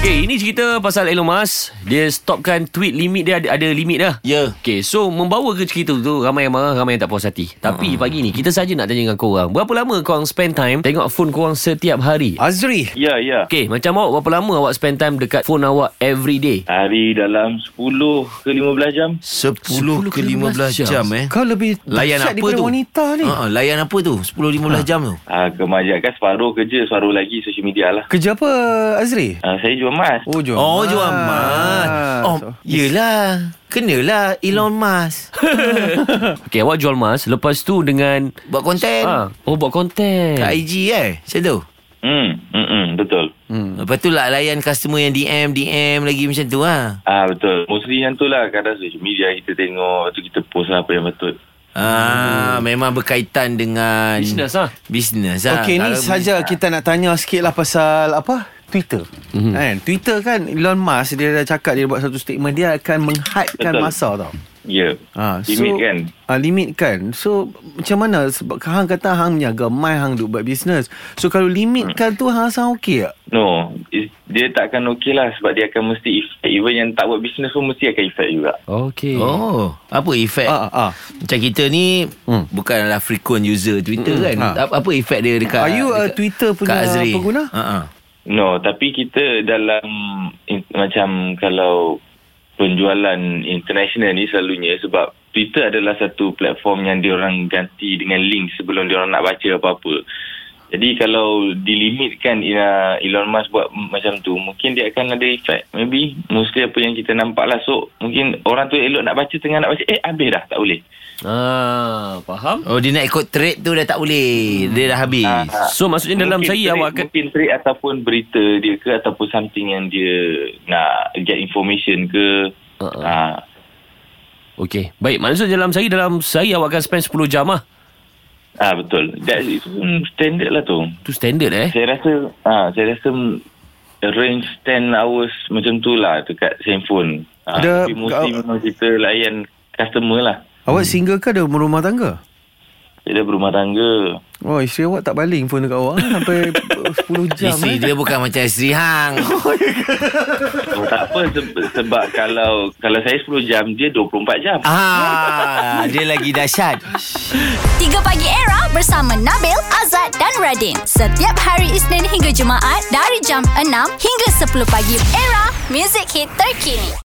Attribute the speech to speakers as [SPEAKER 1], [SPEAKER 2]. [SPEAKER 1] Okay, ini cerita pasal Elon Musk. Dia stopkan tweet limit dia ada, ada limit dah.
[SPEAKER 2] Ya.
[SPEAKER 1] Okay, so membawa ke cerita tu ramai yang marah, ramai yang tak puas hati. Tapi pagi ni kita saja nak tanya dengan korang. Berapa lama korang spend time tengok phone korang setiap hari?
[SPEAKER 2] Azri
[SPEAKER 3] Ya, ya.
[SPEAKER 1] Okay, macam awak berapa lama awak spend time dekat phone awak every day?
[SPEAKER 3] Hari dalam 10 ke 15 jam.
[SPEAKER 2] 10,
[SPEAKER 1] 10
[SPEAKER 2] ke 15 jam, jam eh
[SPEAKER 4] Kau lebih
[SPEAKER 2] Layan apa
[SPEAKER 4] dahsyat Kan daripada
[SPEAKER 2] tu
[SPEAKER 4] wanita ni
[SPEAKER 2] ha, Layan apa tu 10-15 ha. jam tu
[SPEAKER 3] Ah, kebanyakan separuh kerja, separuh lagi social media lah.
[SPEAKER 4] Kerja apa Azri?
[SPEAKER 3] Ah, saya jual emas.
[SPEAKER 4] Oh jual
[SPEAKER 2] Oh jual amat Oh Yelah Kenalah Elon Musk
[SPEAKER 1] Okay, awak jual mas. Lepas tu dengan...
[SPEAKER 2] Buat konten ha.
[SPEAKER 4] Ah.
[SPEAKER 1] Ha, oh, buat konten.
[SPEAKER 2] Kat IG eh Macam tu
[SPEAKER 3] Hmm, hmm, hmm, betul.
[SPEAKER 2] hmm. Lepas tu lah layan customer yang DM DM lagi macam tu ha.
[SPEAKER 3] Ah, betul. Mostly yang tu lah. Kadang social media kita tengok, lepas tu kita post lah apa yang betul.
[SPEAKER 2] Ah,
[SPEAKER 4] Hmm.
[SPEAKER 2] Memang berkaitan dengan
[SPEAKER 1] Business lah.
[SPEAKER 2] Bisnes ha.
[SPEAKER 4] ah. Okey ni saja kita nak tanya sikit lah pasal apa? Twitter.
[SPEAKER 2] Mhm.
[SPEAKER 4] Mm-hmm. Kan? Twitter kan Elon Musk dia dah cakap dia buat satu statement dia akan menghadkan
[SPEAKER 3] Betul.
[SPEAKER 4] masa tau.
[SPEAKER 3] Ya.
[SPEAKER 4] Ha,
[SPEAKER 3] Limit kan?
[SPEAKER 4] Ha, limit kan. So macam mana sebab hang kata hang menjaga mai hang duk buat bisnes. So kalau limitkan tu hang rasa okey tak?
[SPEAKER 3] No. Is- Dia takkan okey lah sebab dia akan mesti effect. Even yang tak buat bisnes pun mesti akan effect juga.
[SPEAKER 1] Okay.
[SPEAKER 2] Oh Apa efek
[SPEAKER 4] Ah ah. ah.
[SPEAKER 2] Macam kita ni hmm. Bukanlah frequent user Twitter hmm. kan
[SPEAKER 4] Ha.
[SPEAKER 2] ha. Apa efek dia dekat
[SPEAKER 4] Are you a
[SPEAKER 2] dekat,
[SPEAKER 4] Twitter punya
[SPEAKER 2] kat Azri?
[SPEAKER 4] pengguna?
[SPEAKER 2] Ha-ha.
[SPEAKER 3] No, tapi kita dalam in, macam kalau penjualan international ni selalunya sebab Twitter adalah satu platform yang diorang ganti dengan link sebelum diorang nak baca apa-apa. Jadi kalau dilimitkan uh, Elon Musk buat m- macam tu, mungkin dia akan ada efek. Maybe mostly apa yang kita nampak lah. So mungkin orang tu elok nak baca, tengah nak baca, eh habis dah, tak boleh.
[SPEAKER 1] Ah, faham?
[SPEAKER 2] Oh dia nak ikut trade tu dah tak boleh Dia dah habis
[SPEAKER 3] Ah,
[SPEAKER 1] So, maksudnya dalam
[SPEAKER 3] mungkin
[SPEAKER 1] saya
[SPEAKER 3] trade,
[SPEAKER 1] awak akan...
[SPEAKER 3] mungkin trade ataupun berita dia ke ataupun something yang dia nak get information ke
[SPEAKER 1] Uh-uh.
[SPEAKER 3] uh-uh. ha,
[SPEAKER 1] Okey. Baik, maksud dalam saya dalam saya awak akan spend 10 jam lah.
[SPEAKER 3] ha, betul that is hmm, standard lah tu
[SPEAKER 1] Tu standard eh.
[SPEAKER 3] saya rasa ha, saya rasa mm, range 10 hours macam tu lah dekat handphone ha,
[SPEAKER 4] Ada-
[SPEAKER 3] tapi mesti
[SPEAKER 4] kau-
[SPEAKER 3] memang kita layan customer lah
[SPEAKER 2] Hmm.
[SPEAKER 4] Awak single ke ada rumah tangga?
[SPEAKER 3] dia berumah tangga
[SPEAKER 4] Oh isteri awak tak baling phone dekat awak sampai 10 jam.
[SPEAKER 2] Isteri
[SPEAKER 4] eh.
[SPEAKER 2] dia bukan macam isteri hang
[SPEAKER 3] oh, tak apa sebab, sebab kalau kalau saya 10 jam dia 24 jam
[SPEAKER 2] ah, Dia lagi dahsyat
[SPEAKER 5] 3 Pagi Era bersama Nabil, Azad dan Radin. Setiap hari Isnin hingga Jumaat dari jam 6 hingga 10 pagi. Era, music hit terkini.